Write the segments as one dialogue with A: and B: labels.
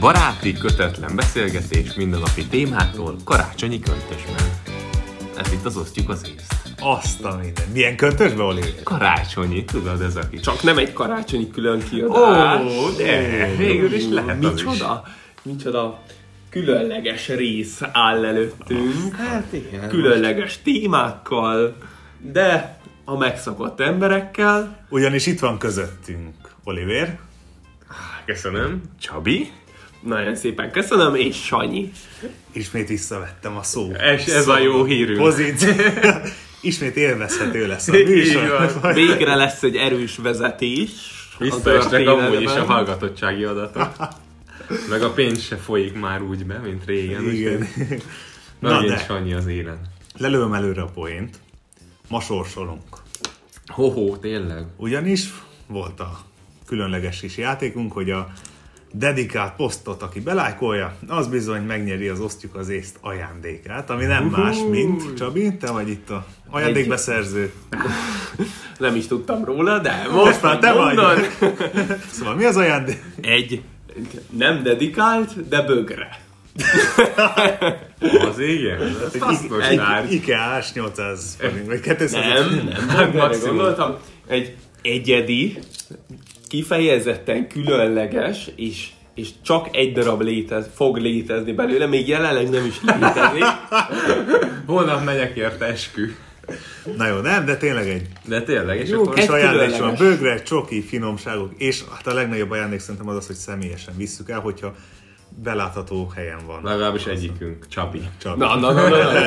A: Baráti, kötetlen beszélgetés mindennapi témákról karácsonyi köntösben. Ez itt az osztjuk az észt.
B: Azt a minden. Milyen köntösbe, Oli?
A: Karácsonyi, tudod ez aki.
C: Csak nem egy karácsonyi külön
A: Ó,
C: kiadás.
A: de végül is lehet az is.
C: Micsoda, micsoda különleges rész áll előttünk.
B: Hát igen.
C: Különleges témákkal, de a megszokott emberekkel.
B: Ugyanis itt van közöttünk Oliver.
A: Köszönöm. Csabi?
C: Nagyon szépen köszönöm, és Sanyi.
B: Ismét visszavettem a szó.
A: És ez a jó hírünk.
B: Pozíció. Ismét élvezhető lesz a
C: Így van.
B: műsor.
C: Végre lesz egy erős vezetés. a
A: Visszaestek
C: történetben.
A: amúgy is a hallgatottsági adatok. Meg a pénz se folyik már úgy be, mint régen.
B: Igen.
A: Na,
B: Na
A: Na
B: de.
A: Sanyi az élen.
B: Lelőm előre a poént. Ma sorsolunk.
A: Hoho, tényleg.
B: Ugyanis volt a különleges kis játékunk, hogy a dedikált posztot, aki belájkolja, az bizony megnyeri az osztjuk az észt ajándékát, ami nem más, mint Csabi, te vagy itt a ajándékbeszerző.
C: Nem is tudtam róla, de most már te
B: vagy.
C: mondod.
B: Szóval mi az ajándék?
C: Egy nem dedikált, de bögre.
A: Az igen? Ez hasznos
C: egy-
A: tárgy.
B: Egy IKEA-s 800 forint, vagy 200
C: Nem, nem, nem
A: Maximum.
C: gondoltam. Egy egyedi, kifejezetten különleges, és, és csak egy darab létez, fog létezni belőle, még jelenleg nem is létezik.
A: Holnap megyek érte eskü.
B: Na jó, nem, de tényleg egy
A: De tényleg, és
C: Jó,
A: akkor...
B: És
C: Egy
B: ajándék van,
C: különleges.
B: bögre, csoki, finomságok, és hát a legnagyobb ajándék szerintem az az, hogy személyesen visszük el, hogyha belátható helyen van.
A: Legalábbis egyikünk, Csabi.
B: Csabi.
C: Na, na, na, na, na.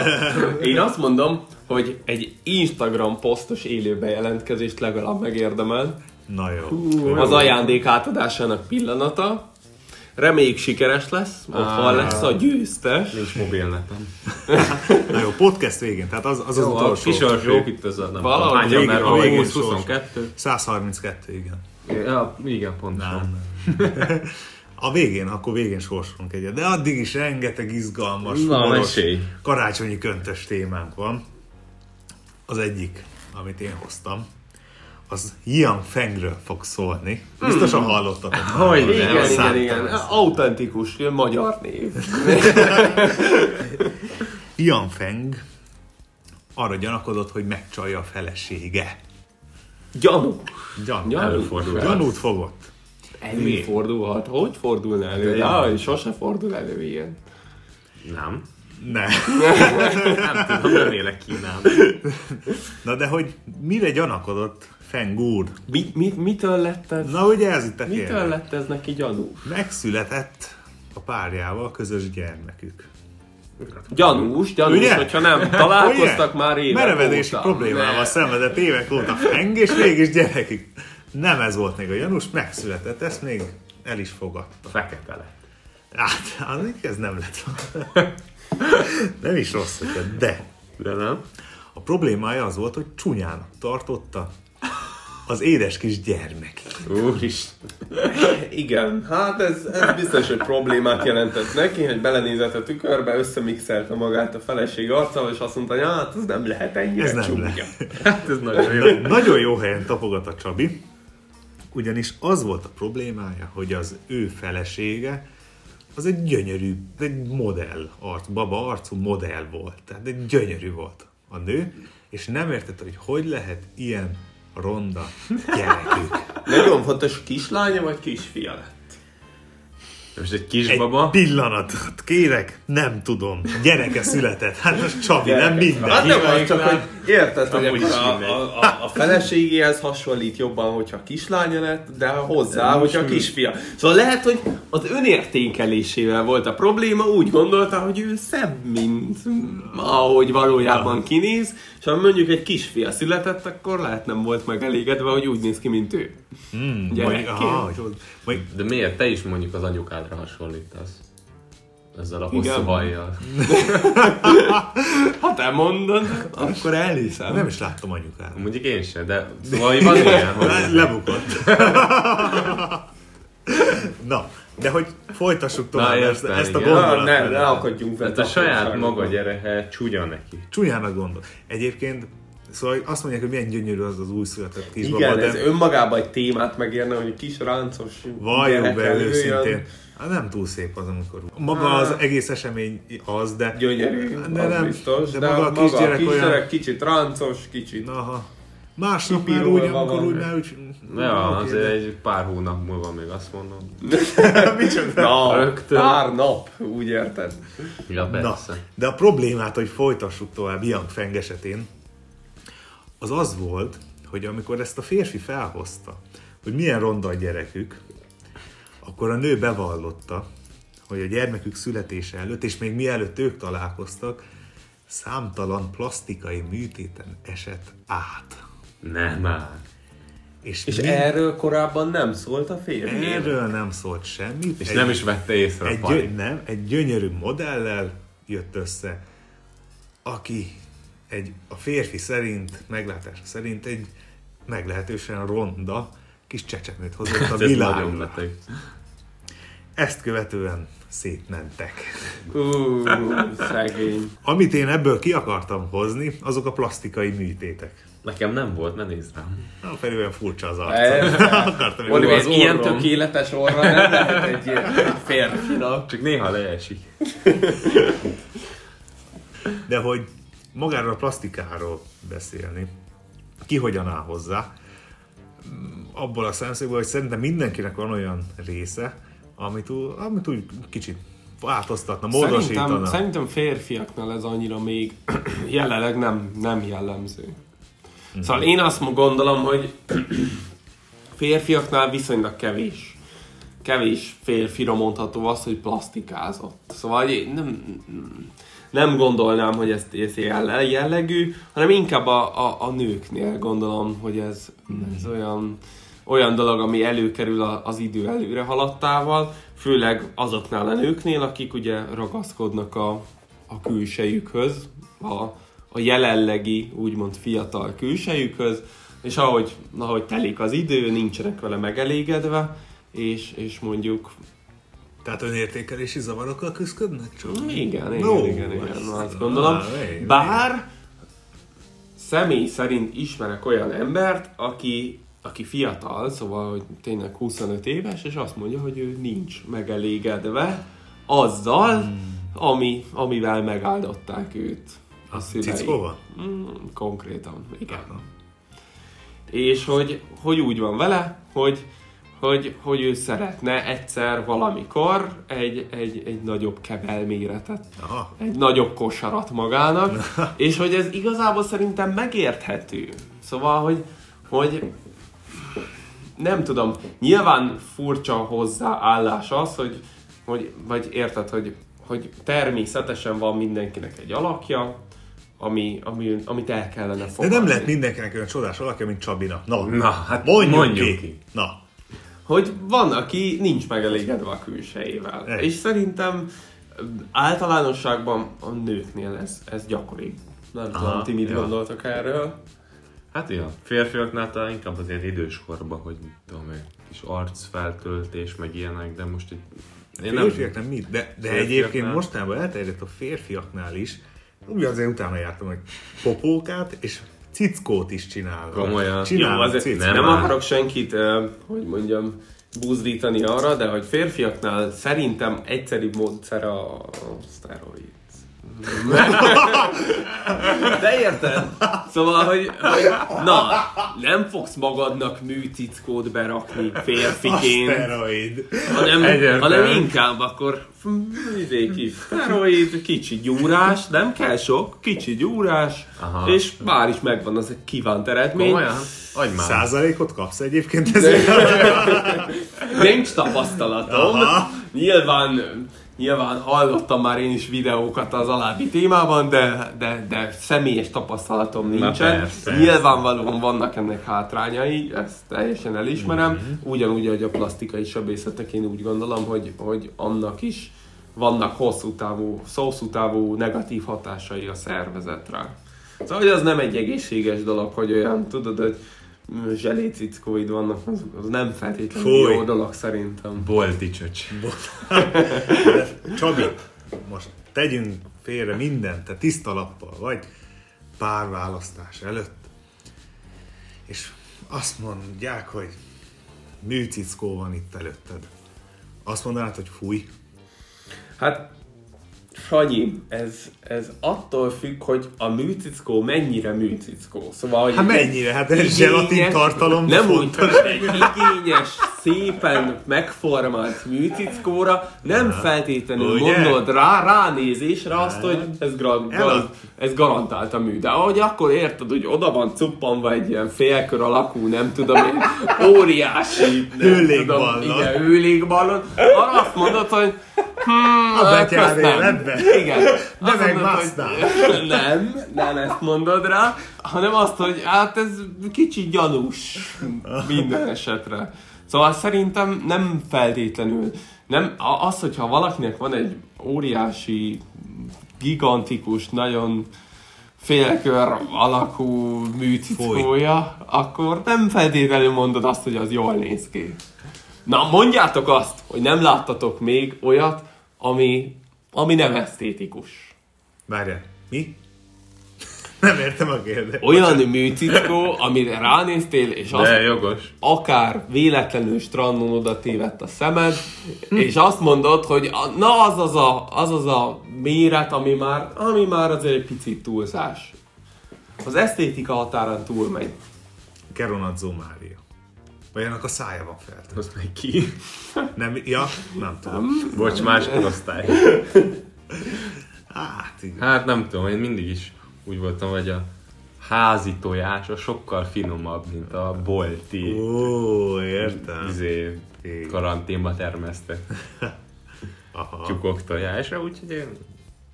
C: Én azt mondom, hogy egy Instagram posztos élő bejelentkezést legalább megérdemel.
B: na jó.
C: Az ajándék átadásának pillanata. Reméljük sikeres lesz, otthon lesz a győztes.
A: Nincs mobilnetem.
B: Na jó, podcast végén, tehát az az, az utolsó.
A: Kisorsók itt az a nem
C: Valahogy
A: tudom, hányan,
B: végén-
A: mert
B: a végén
A: 20,
B: sors.
A: 22.
B: 132, igen.
A: Ja, igen, pontosan.
B: A végén, akkor végén sorsolunk egyet, de addig is rengeteg izgalmas,
A: Na,
B: humoros,
A: mesélj.
B: karácsonyi köntös témánk van. Az egyik, amit én hoztam, az Yang Fengről fog szólni. Biztosan hallottatok. már.
A: Hogy nem,
C: Igen,
A: azt
C: igen,
B: szántam
C: igen.
B: ezt.
C: Autentikus magyar név.
B: Ian Feng arra gyanakodott, hogy megcsalja a felesége.
C: Gyanú.
B: Gyan,
C: Gyanú.
A: Előfordul.
B: gyanút fogott.
C: Előfordulhat. Hogy fordulna elő? Ja, sose fordul elő ilyen.
A: Nem.
B: Ne.
A: Nem tudom, remélek Kínában.
B: Na de hogy mire gyanakodott Feng úr?
C: Mi, mi, mitől lett ez?
B: Na ugye ez itt a
C: Mitől
B: kérdés.
C: lett ez neki gyanú?
B: Megszületett a párjával a közös gyermekük.
C: Gyanús, gyanús,
B: Ugye?
C: hogyha nem találkoztak
B: Ugye?
C: már évek
B: Merevedési
C: óta.
B: problémával szenvedett évek óta Feng, és mégis gyerekük. Nem ez volt még a gyanús, megszületett, ezt még el is fogadta.
A: Fekete lett.
B: Hát, az- ez nem lett volna. Nem is rossz ötlet, de
A: De nem?
B: a problémája az volt, hogy csúnyának tartotta az édes kis gyermek.
A: Úristen.
C: Igen, hát ez, ez biztos, hogy problémát jelentett neki, hogy belenézett a tükörbe, összemixelte magát a feleség arcával, és azt mondta, hogy hát ez nem lehet ennyire
B: Ez nem
C: csúnya.
B: lehet.
A: Hát ez nagyon jó.
B: Nagyon jó helyen tapogat a Csabi, ugyanis az volt a problémája, hogy az ő felesége az egy gyönyörű, egy modell arc, baba arcú modell volt. Tehát egy gyönyörű volt a nő, és nem értette, hogy hogy lehet ilyen ronda gyerekük.
C: Nagyon fontos, kislánya vagy kisfia lett?
A: Most egy
B: Egy
A: kisbaba.
B: pillanatot kérek, nem tudom. Gyereke született. Hát most Csabi, nem
C: Gyerekek.
B: minden.
C: Hát nem az,
A: Hívják
C: csak
A: rá.
C: hogy érted, hogy
A: Amúgy
C: akkor
A: is
C: a,
A: mindegy.
C: a, a, a feleségéhez hasonlít jobban, hogyha kislánya lett, de hozzá, hogyha kisfia. Szóval lehet, hogy az önértékelésével volt a probléma, úgy gondolta, hogy ő szebb, mint ahogy valójában kinéz, és ha mondjuk egy kisfia született, akkor lehet nem volt megelégedve, hogy úgy néz ki, mint ő. Mm,
B: Hmm, Vagy, aha, hogy- vagy,
A: De miért? Te is mondjuk az anyukádra hasonlítasz. Ezzel a hosszú
C: Igen.
A: hajjal.
C: Ha te mondod, akkor elhiszem.
B: nem is láttam anyukát.
A: Mondjuk én se, de szóval van ilyen,
B: Le-
A: hogy...
B: Lebukott. Na, de hogy folytassuk tovább
A: Na,
B: ezt,
A: értem,
B: ezt a
A: igen.
C: Na,
B: gondolatot.
C: ne, ne akadjunk
B: Hát
A: Tehát
C: vele.
A: a saját maga gyereke hát csúnya neki.
B: Csúnyának gondol. Egyébként Szóval azt mondják, hogy milyen gyönyörű az az újszületett kisbaba,
C: Igen,
B: de
C: ez önmagában egy témát megérne, hogy egy kis ráncos
B: valljuk be
C: gyerekkel
B: őszintén.
C: jöjjön.
B: Hát nem túl szép az, amikor... Maga az egész esemény az, de... Hát,
C: Gyönyörű,
B: de
C: az
B: nem,
C: biztos.
B: de, maga a kisgyerek, olyan...
C: kicsit ráncos, kicsit.
B: Na, ha. Másnap már
C: Kipirulva
B: úgy, amikor
C: van.
B: úgy már úgy...
A: Ja,
B: oké,
A: azért
B: de-
A: egy pár hónap múlva még azt mondom.
B: Micsoda?
C: Na,
A: Rögtön.
C: pár nap, úgy érted.
A: Ja,
B: Na,
A: persze. Na.
B: de a problémát, hogy folytassuk tovább Young Feng esetén, az az volt, hogy amikor ezt a férfi felhozta, hogy milyen ronda a gyerekük, akkor a nő bevallotta, hogy a gyermekük születése előtt, és még mielőtt ők találkoztak, számtalan plastikai műtéten esett át.
A: Nem hát. már.
B: És,
C: És
B: mind-
C: erről korábban nem szólt a férj.
B: erről nem szólt semmit.
A: És
B: Egy-
A: nem is vette észre a
B: egy,
A: pali.
B: gyö- nem, egy gyönyörű modellel jött össze, aki egy, a férfi szerint, meglátása szerint egy meglehetősen ronda kis csecsemőt hozott a
A: Ez nagyon
B: világra.
A: beteg.
B: Ezt követően szétmentek.
C: Ú, szegény.
B: Amit én ebből ki akartam hozni, azok a plastikai műtétek.
A: Nekem nem volt, ne nézd rám.
B: Na, pedig olyan furcsa az arca.
C: Ez-
B: Akartam, hogy
C: Oliver,
B: az orrom.
C: ilyen tökéletes orra nem lehet egy ilyen férfinak.
A: Csak néha leesik.
B: De hogy magáról a plastikáról beszélni, ki hogyan áll hozzá, Mm, abból a szemszögből, hogy szerintem mindenkinek van olyan része, amit, ú- amit úgy kicsit változtatna,
C: Szerintem,
B: módosítana.
C: szerintem férfiaknál ez annyira még jelenleg nem, nem jellemző. Szóval én azt gondolom, hogy férfiaknál viszonylag kevés kevés férfira mondható az, hogy plastikázott. Szóval én nem, nem gondolnám, hogy ez, ez jelle- jellegű, hanem inkább a, a, a nőknél gondolom, hogy ez, ez olyan, olyan dolog, ami előkerül a- az idő előre haladtával, főleg azoknál a nőknél, akik ugye ragaszkodnak a, a külsejükhöz, a, a jelenlegi, úgymond fiatal külsejükhöz, és ahogy, ahogy telik az idő, nincsenek vele megelégedve, és, és mondjuk,
B: Tehát önértékelési zavarokkal küzdködnek? Csak?
C: igen, igen,
B: Ó,
C: igen, igen,
B: ez-
C: azt gondolom.
B: á, vég,
C: Bár személy szerint ismerek olyan embert, aki, aki fiatal, szóval hogy tényleg 25 éves, és azt mondja, hogy ő nincs megelégedve azzal,
B: Hmm.
C: ami, amivel megáldották őt. A szülei.
B: Cickóval?
C: Mm, konkrétan, igen. És hogy, hogy úgy van vele, hogy, hogy, hogy ő szeretne egyszer valamikor egy, egy, egy nagyobb kebel méretet,
B: Aha.
C: egy nagyobb kosarat magának, és hogy ez igazából szerintem megérthető. Szóval, hogy, hogy nem tudom, nyilván furcsa hozzáállás az, hogy, hogy vagy érted, hogy, hogy természetesen van mindenkinek egy alakja, ami, ami, amit el kellene
B: De
C: fogadni.
B: nem lett mindenkinek olyan csodás valaki, mint Csabinak. Na,
A: Na, hát
B: mondjuk,
A: mondjuk
B: ki.
A: ki.
B: Na,
C: hogy van, aki nincs megelégedve a külsejével.
B: Egy.
C: És szerintem általánosságban a nőknél ez, ez gyakori. Nem
B: Aha,
C: tudom, ti mit
A: ja.
C: gondoltok erről.
A: Hát ja, férfiaknál talán inkább az ilyen idős korban, hogy mit tudom én, kis arcfeltöltés, meg ilyenek, de most itt... Én nem,
B: férfiaknál mit? De, de
A: Férfiaknál.
B: egyébként mostanában elterjedt a férfiaknál is. Ugyanazért utána jártam, hogy popókát és cickót is csinálnak.
A: Komolyan.
C: Jó,
B: Csinálnak
C: azért
B: cickót.
C: nem, nem
A: már.
C: akarok senkit, eh, hogy mondjam, buzdítani arra, de hogy férfiaknál szerintem egyszerűbb módszer a a szteroid. De érted? Szóval, hogy, hogy na, nem fogsz magadnak műtickót berakni férfiként.
B: Aszteroid.
C: hanem,
A: Egyértelmű.
C: hanem inkább akkor egy kis szteroid, kicsi gyúrás, nem kell sok, kicsi gyúrás, Aha.
A: Aha.
C: és már is megvan az egy kívánt eredmény.
A: Komolyan? Adj már.
B: Százalékot kapsz egyébként ezért?
C: Nincs tapasztalatom.
B: Aha.
C: Nyilván, nyilván hallottam már én is videókat az alábbi témában, de, de, de személyes tapasztalatom nincsen.
A: persze.
C: Nyilvánvalóan vannak ennek hátrányai, ezt teljesen elismerem. Ugyanúgy, ahogy a plastikai sebészetek, én úgy gondolom, hogy, hogy annak is vannak hosszú távú, hosszú távú negatív hatásai a szervezetre. Szóval, hogy az nem egy egészséges dolog, hogy olyan, tudod, hogy mm, zselécickóid vannak, az, az nem feltétlenül
B: Fúj.
C: jó dolog szerintem.
A: Bolti csöcs.
B: Csabi, most tegyünk félre mindent, te tiszta lappal vagy párválasztás előtt. és azt mondják, hogy műcickó van itt előtted. Azt mondanád, hogy fúj,
C: Hát, Sanyi, ez, ez attól függ, hogy a műcickó mennyire műcickó. Szóval, hogy
B: Hát mennyire? Hát ez zselatin tartalom
C: Nem úgy,
B: fontos.
C: igényes, szépen megformalt műcickóra nem feltétlenül
B: Hát, Ugye? Hát,
C: gondold rá, ránézésre azt, hogy ez, gra-
B: Elad.
C: gal- ez garantált a mű. De ahogy akkor érted, hogy oda van cuppanva egy ilyen félkör alakú, nem tudom én, óriási nem
B: Hőlégballon.
C: tudom, igen, hőlégballon, arra azt mondod, hogy hmm,
B: A
C: hát
B: betyár
C: azt nem.
B: életbe.
C: Igen.
B: de
C: Azt
B: meg
C: mondod, hogy-
B: basznál.
C: nem, nem ezt mondod rá, hanem azt, hogy hát ez kicsit gyanús minden esetre. Szóval szerintem nem feltétlenül. Nem, a- az, hogyha valakinek van egy óriási, gigantikus, nagyon félkör alakú műcickója, akkor nem feltétlenül mondod azt, hogy az jól néz ki. Na, mondjátok azt, hogy nem láttatok még olyat, ami, ami nem esztétikus.
B: Várjál, mi? Nem értem a kérdést.
C: olyan műcickó, amire ránéztél, és azt
A: De jogos.
C: akár véletlenül strandon oda tévedt a szemed, és azt mondod, hogy a, na az az a, az az a méret, ami már, ami már azért egy picit túlzás. Az esztétika határán túlmegy.
B: Keronadzó Mária. Vagy annak a szája van feltűnve.
A: Azt meg ki.
B: Nem, ja, nem tudom.
A: Bocs, más korosztály.
B: Hát igen.
A: Hát nem tudom, én mindig is úgy voltam, hogy a házi tojás a sokkal finomabb, mint a bolti.
B: Ó, értem.
A: izé,
B: Igen.
A: karanténba termesztek
B: Aha.
A: tyúkok tojásra, úgyhogy én,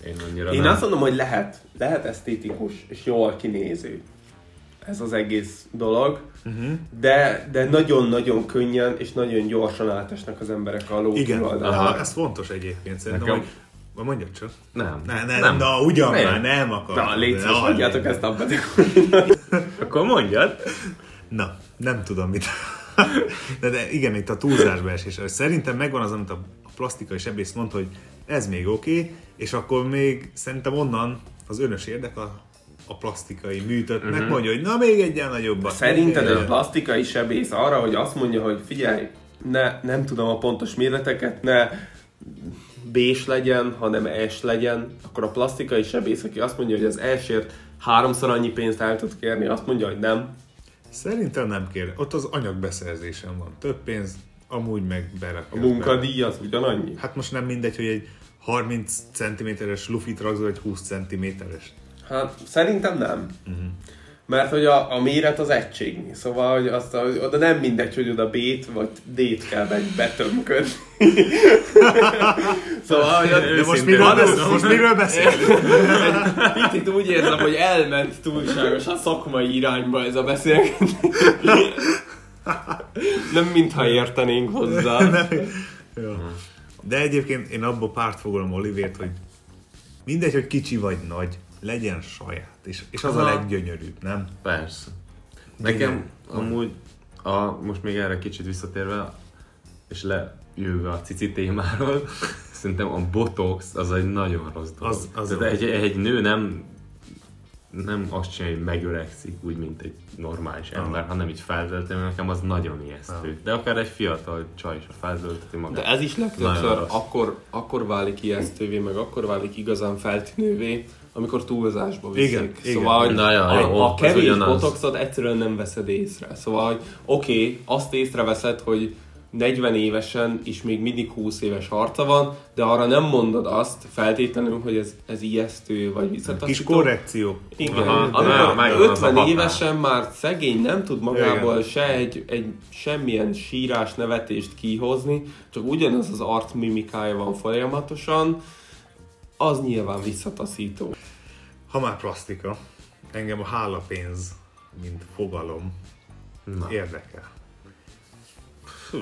A: én annyira
C: Én
A: nem.
C: azt mondom, hogy lehet, lehet esztétikus és jól kinéző ez az egész dolog, uh-huh. de de nagyon-nagyon könnyen és nagyon gyorsan átesnek az emberek a ló
B: Igen,
C: túloldalára.
B: Aha. ez fontos egyébként szerintem,
A: Nekem-
B: hogy... Vagy mondjad csak.
A: Nem.
B: Ne, ne, nem. na ugyan
A: Nem.
B: már, nem akarom.
C: Na, légy szíves,
B: Na,
C: hagyjátok ezt abba.
A: Akkor mondjad.
B: Na, nem tudom mit. De, de igen, itt a túlzásba esés. Szerintem megvan az, amit a a plastikai sebész mondta, hogy ez még oké, okay, és akkor még szerintem onnan az önös érdek a, a plastikai műtöttnek uh-huh. mondja, hogy na még egyen nagyobbat.
C: Mhm. Szerinted
B: Még
C: egy
B: egyen.
C: plastikai sebész arra, hogy azt mondja, hogy figyelj, ne, nem tudom a pontos méreteket, ne B-s legyen, hanem S legyen, akkor a plastikai sebész, aki azt mondja, hogy az S-ért háromszor annyi pénzt el tud kérni, azt mondja, hogy nem.
B: Szerintem nem kér. Ott az anyagbeszerzésen van több pénz, amúgy meg berakja.
C: A munkadíj az ugyanannyi.
B: Hát most nem mindegy, hogy egy 30 cm-es lufit ragzol, egy 20 cm-es.
C: Hát szerintem nem. Uh-huh. Mert hogy a, a méret az egységnyi, szóval hogy azt, a, hogy oda nem mindegy, hogy oda B-t vagy D-t kell be- betömködni. szóval, hogy ott-
B: De most
A: Őszintén
B: miről,
A: mondom.
B: beszél, most miről beszélünk?
C: Picit úgy érzem, hogy elment túlságosan szakmai irányba ez a beszélgetés. Nem mintha értenénk hozzá.
B: Ja. De egyébként én abba párt fogom Olivért, hogy mindegy, hogy kicsi vagy nagy, legyen saját. És, és az a
C: Aha.
B: leggyönyörűbb, nem?
A: Persze.
B: Igen.
A: Nekem amúgy, a, most még erre kicsit visszatérve, és lejövve a cici témáról, szerintem a botox az egy nagyon rossz dolog.
B: Az- az
A: Tehát egy, egy nő nem nem azt csinálja, hogy megöregszik úgy, mint egy normális
B: Ah.
A: ember, hanem így feltöltő, nekem az nagyon ijesztő. De akár egy fiatal csaj is feltölteti magát.
C: De ez is
A: Nagyon
C: legtöbbször
A: rossz.
C: akkor, akkor válik ijesztővé, meg akkor válik igazán feltűnővé, amikor túlzásba viszik.
B: Igen, igen.
C: szóval, hogy
A: Na, ja,
C: a,
A: ja,
C: a
A: az
C: kevés
A: ugyanaz.
C: botoxod egyszerűen nem veszed észre. Szóval, hogy oké, okay, azt észreveszed, hogy 40 évesen is még mindig 20 éves harca van, de arra nem mondod azt feltétlenül, hogy ez, ez ijesztő, vagy
B: Kis
C: visszataszító.
B: korrekció.
C: Igen,
A: Aha,
C: amikor
A: na, meg az a
C: 50
A: határ.
C: évesen már szegény nem tud magából se egy, egy semmilyen sírás nevetést kihozni, csak ugyanaz az art mimikája van folyamatosan, az nyilván visszataszító.
B: Ha már plastika, engem a hálapénz, mint fogalom,
A: Na.
B: érdekel.
A: Fú.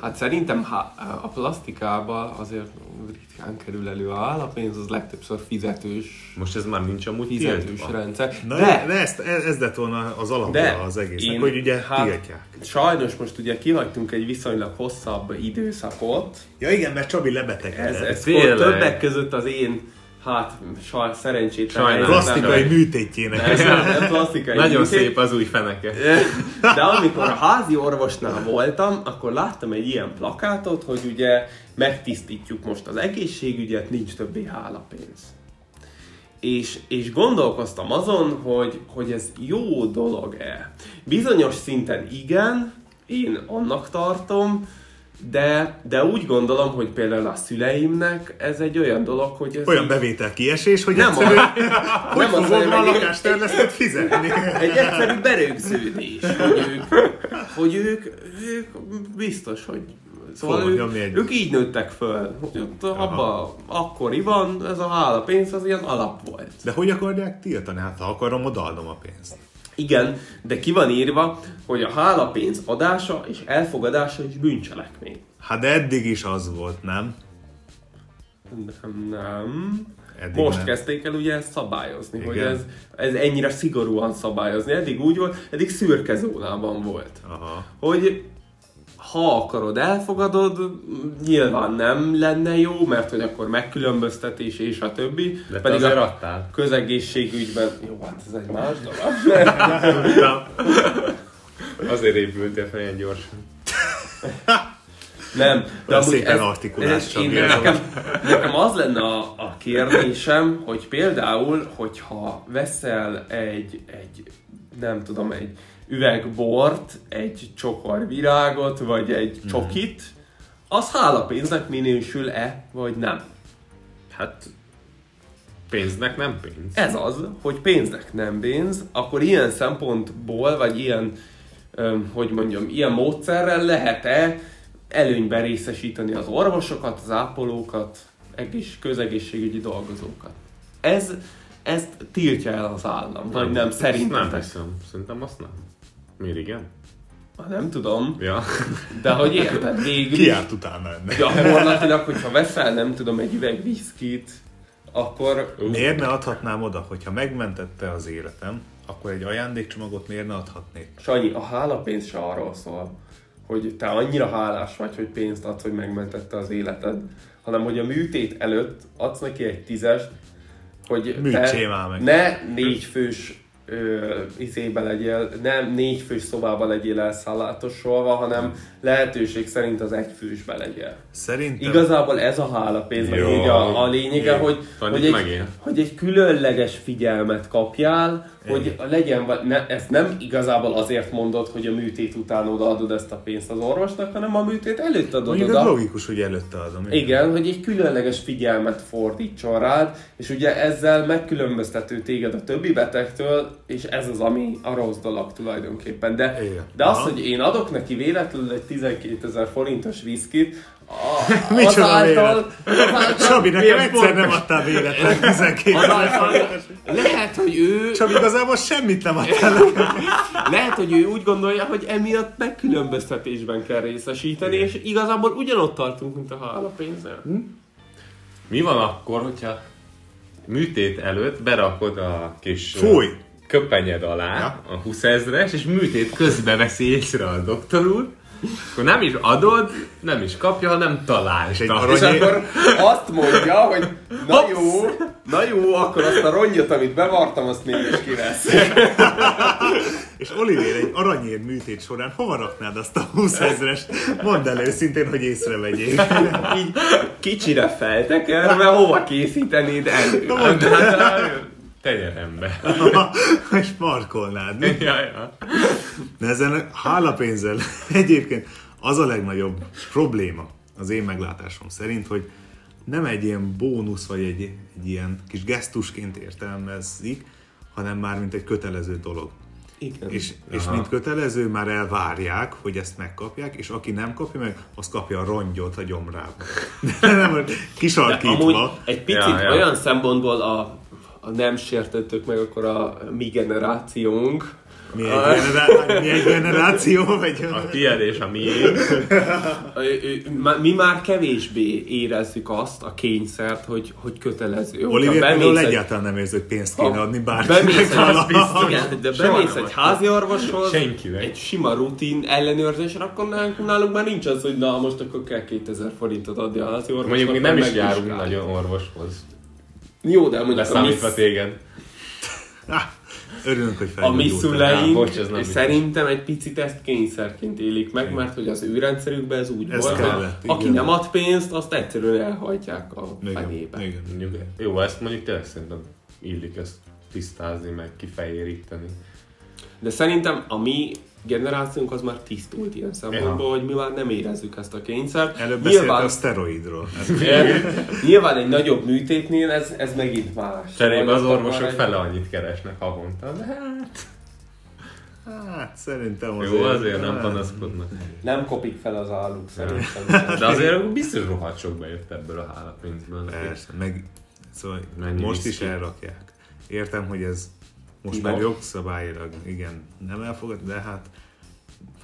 C: Hát szerintem há- a plastikában azért ritkán kerül elő a állapénz, az legtöbbször fizetős,
A: Most ez már nincs amúgy Ah.
C: fizetős
A: tiltva.
C: rendszer.
B: Na,
C: de,
B: de, de ezt, ez ez lett volna az alapja
C: De
B: az egésznek,
C: én-
B: hogy ugye
C: hát-
B: tiltják.
C: sajnos most ugye kihagytunk egy viszonylag hosszabb időszakot,
B: Ja igen, mert Csabi lebetegedett.
C: Ez, ez
A: Tényleg.
C: többek között az én hát saj, szerencsétlen.
A: Sajnálom.
C: helyzetben
B: Plastikai
C: vagy.
B: műtétjének.
C: Ez nem, nem plastikai.
A: Nagyon
C: műtét.
A: szép az új feneke.
C: De amikor a házi orvosnál voltam, akkor láttam egy ilyen plakátot, hogy ugye megtisztítjuk most az egészségügyet, nincs többé hálapénz. És, és gondolkoztam azon, hogy, hogy ez jó dolog-e. Bizonyos szinten igen, én annak tartom, de, de úgy gondolom, hogy például a szüleimnek ez egy olyan dolog, hogy ez
B: Olyan
C: így-
B: bevétel kiesés, hogy
C: Nem
B: egyszerűen hogy
C: nem az,
B: fogom a
C: hogy-
B: lakásterlesztőt fizetni.
C: egy egyszerű berögződés, hogy ők, hogy ők, ők biztos, hogy szóval
B: Fognak
C: ők,
B: nyomni együtt.
C: ők így nőttek föl. Hogy ott abba akkoriban ez a hála pénz az ilyen alap volt.
B: De hogy akarják tiltani? Hát ha akarom, odaadom a pénzt.
C: Igen, de ki van írva, hogy a hálapénz adása és elfogadása is bűncselekmény.
B: Hát de eddig is az volt, nem?
C: Nem, nem.
B: Eddig
C: Most
B: nem.
C: kezdték el ugye ezt szabályozni, Igen. hogy
B: Igen.
C: ez, ez ennyire szigorúan szabályozni. Eddig úgy volt, eddig szürke zónában volt.
B: Aha.
C: hogy ha akarod, elfogadod, nyilván nem lenne jó, mert hogy akkor megkülönböztetés és a többi.
A: De te
C: pedig
A: azért
C: a
A: adtál.
C: közegészségügyben... Jó, hát ez egy más dolog.
A: Azért épültél fel ilyen gyorsan.
C: Nem, de
B: Olyan
C: amúgy
B: szépen
C: ez-
B: artikulás,
C: ez-
B: Csabi,
C: én
B: ez
C: nekem, nekem az lenne a, a kérdésem, hogy például, hogyha veszel egy, egy nem tudom, egy üveg bort, egy csokor virágot, vagy egy
A: Mhm.
C: csokit, az hálapénznek minősül-e, vagy nem?
A: Hát pénznek nem pénz.
C: Ez az, hogy pénznek nem pénz, akkor ilyen szempontból, vagy ilyen, öm, hogy mondjam, ilyen módszerrel lehet-e előnyben részesíteni az orvosokat, az ápolókat, egész közegészségügyi dolgozókat. Ez, ezt tiltja el az állam, vagy nem,
A: Ezt
C: szerintem.
A: Nem hiszem. Szerintem azt nem. Miért igen?
C: Ah, Nem tudom,
A: Ja.
C: de hogy érted végül
B: Ki
C: is-
B: járt utána ennek?
C: Gyakorlatilag, hogyha veszel, nem tudom, egy üveg viszkit, akkor
B: Miért ne adhatnám oda, hogyha megmentette az életem, akkor egy ajándékcsomagot miért ne adhatnék?
C: Sanyi, a hálapénz se arról szól, hogy te annyira hálás vagy, hogy pénzt adsz, hogy megmentette az életed, hanem hogy a műtét előtt adsz neki egy tízest, hogy
B: Műtsél már meg.
C: ne négy fős ö, izébe legyél, nem négy fős szobába legyél elszállátosolva, hanem lehetőség szerint az egy fősbe legyél.
B: Szerintem
C: Igazából ez a hálapénz, meg
B: Jó.
C: így a, a lényege,
B: Jó.
C: hogy,
A: Tanít
C: hogy, egy,
A: megél.
C: hogy egy különleges figyelmet kapjál, hogy legyen, va- ne, ezt nem igazából azért mondod, hogy a műtét után odaadod ezt a pénzt az orvosnak, hanem a műtét előtt adod
B: mondjuk
C: oda.
B: az logikus, hogy előtte adom.
C: Igen, hogy egy különleges figyelmet fordítson rád, és ugye ezzel megkülönböztető téged a többi betegtől, és ez az, ami a rossz dolog tulajdonképpen. De,
B: Igen.
C: de az,
B: Aha.
C: hogy én adok neki véletlenül egy 12 ezer forintos viszkit, a-
B: Micsoda
C: azáltal, azáltal,
B: Csabi, nekem
C: Milyen
B: egyszer
C: pont-
B: nem adtál véletlen 12
C: azáltal lehet, hogy ő
B: Csabi, igazából semmit nem adtál nekem.
C: lehet, hogy ő úgy gondolja, hogy emiatt megkülönböztetésben kell részesíteni, és igazából ugyanott tartunk, mint a hálapénznél.
A: Mi van akkor, hogyha műtét előtt berakod a kis
B: Fúj!
A: ö, köpenyed alá
B: Ja.
A: a 20 ezres, és műtét közbe veszi észre a doktor úr, akkor nem is adod, nem is kapja, hanem talál.
B: És egy
A: Ta-
B: arany-
C: És akkor azt mondja, hogy na jó, na jó, akkor azt a rongyot, amit bevartam, azt mégis kivesz.
B: És Olivér egy aranyér műtét során hova raknád azt a 20 ezerest? Mondd el őszintén, hogy észrevegyél.
C: Így kicsire feltekerve, hova készítenéd elő?
A: Hát, hát, hát, Tenyerembe.
B: És markolnád. mi?
A: ja, ja.
B: De ezen hálapénzzel egyébként az a legnagyobb probléma az én meglátásom szerint, hogy nem egy ilyen bónusz, vagy egy, egy ilyen kis gesztusként értelmezik, hanem már mint egy kötelező dolog.
C: Igen.
B: És, és mint kötelező már elvárják, hogy ezt megkapják, és aki nem kapja meg, az kapja a rongyot a gyomrába. De nem, kisarkítva.
C: Amúgy egy picit ja,
A: Ja,
C: ja.
A: ja.
C: olyan szempontból a, a nem sértettük meg, akkor a mi generációnk,
B: Mi egy, generá- mi egy generáció vagyunk.
A: A tiéd és a miénk.
C: Ö, ö, má- mi már kevésbé érezzük azt a kényszert, hogy, hogy kötelező.
B: Olivier
C: Hogyha
B: például
C: bemész egy-
B: egyáltalán nem érzi, hogy pénzt kéne
C: Ha
B: adni
C: Bemész,
B: bárkinek
C: egy-
B: valahol.
C: igen, de
A: Soha
C: bemész
A: nem
C: egy házi orvoshoz,
A: Senkinek.
C: egy sima rutin ellenőrzésre, akkor nálunk- nálunk már nincs az, hogy na most akkor kell 2000 forintot adni a házi orvosnak.
A: Mondjuk mi nem
C: mert
A: is járunk
C: megvizsgál.
A: nagyon orvoshoz.
C: Jó, de mondjuk a mi,
A: Leszámítva téged.
B: Ah, örülünk, hogy
C: a mi
B: felgyógyultál.
A: Á,
C: szüleink
A: bocs, ez nem biztos.
C: szerintem egy picit ezt kényszerként élik meg, mert hogy az ő rendszerükben ez úgy
B: Ez
C: volt,
B: kellett,
C: hogy aki
B: igen.
C: nem ad pénzt, azt egyszerűen elhajtják a
B: Igen,
C: fenébe.
B: igen.
A: Mondjuk, jó, ezt mondjuk tényleg szerintem illik ezt tisztázni, meg kifejéríteni.
C: De szerintem a mi generációnk az már tisztult ilyen szempontból, hogy mi már nem érezzük ezt a kényszert.
B: Előbb beszéltél
C: nyilván,
B: a szteroidról. Hát,
C: nyilván egy nagyobb műtétnél ez, ez megint más.
A: Cserébe
C: Vagy
A: az
C: akkor
A: orvosok
C: már egy-
A: fele annyit keresnek havonta, de hát...
B: Hát, szerintem azért... Hát,
A: Jó, azért nem panaszkodnak.
C: Nem kopik fel az álluk szerintem.
A: De azért biztos rohadt sok bejött ebből a hálapénzből.
B: Persze, meg... Szóval
A: Mennyi
B: most
A: viszki?
B: is elrakják. Értem, hogy ez most
C: Tilos.
B: már jogszabályilag, igen, nem elfogad, de hát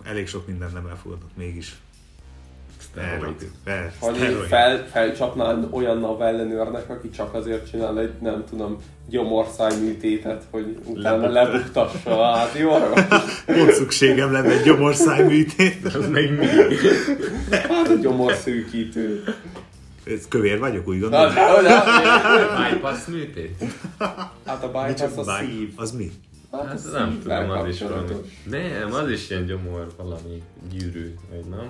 B: elég sok minden nem elfogadott mégis. Elrakjuk.
A: Szteroid.
B: Persze,
C: Hogy
B: szteroid.
C: fel, felcsapnád olyan NAV ellenőrnek, aki csak azért csinál egy, nem tudom, gyomorszájműtétet, hogy utána
B: Lebukta.
C: lebuktassa. Hát jó, hát
B: Pont szükségem lenne egy gyomorszájműtét.
A: Az még mi?
C: a Hát, gyomorszűkítő.
B: Ez kövér vagyok, úgy
C: Na, hát
B: gondolom.
C: de, de,
A: Bypass műtét?
C: hát a bypass a
B: Bár-
C: szív.
B: Az mi?
C: Hát
A: Hát
C: a
A: nem
C: szívvel
A: tudom, az is valami.
C: kapcsolatos.
A: Nem, az is ilyen gyomor, valami gyűrű, vagy nem?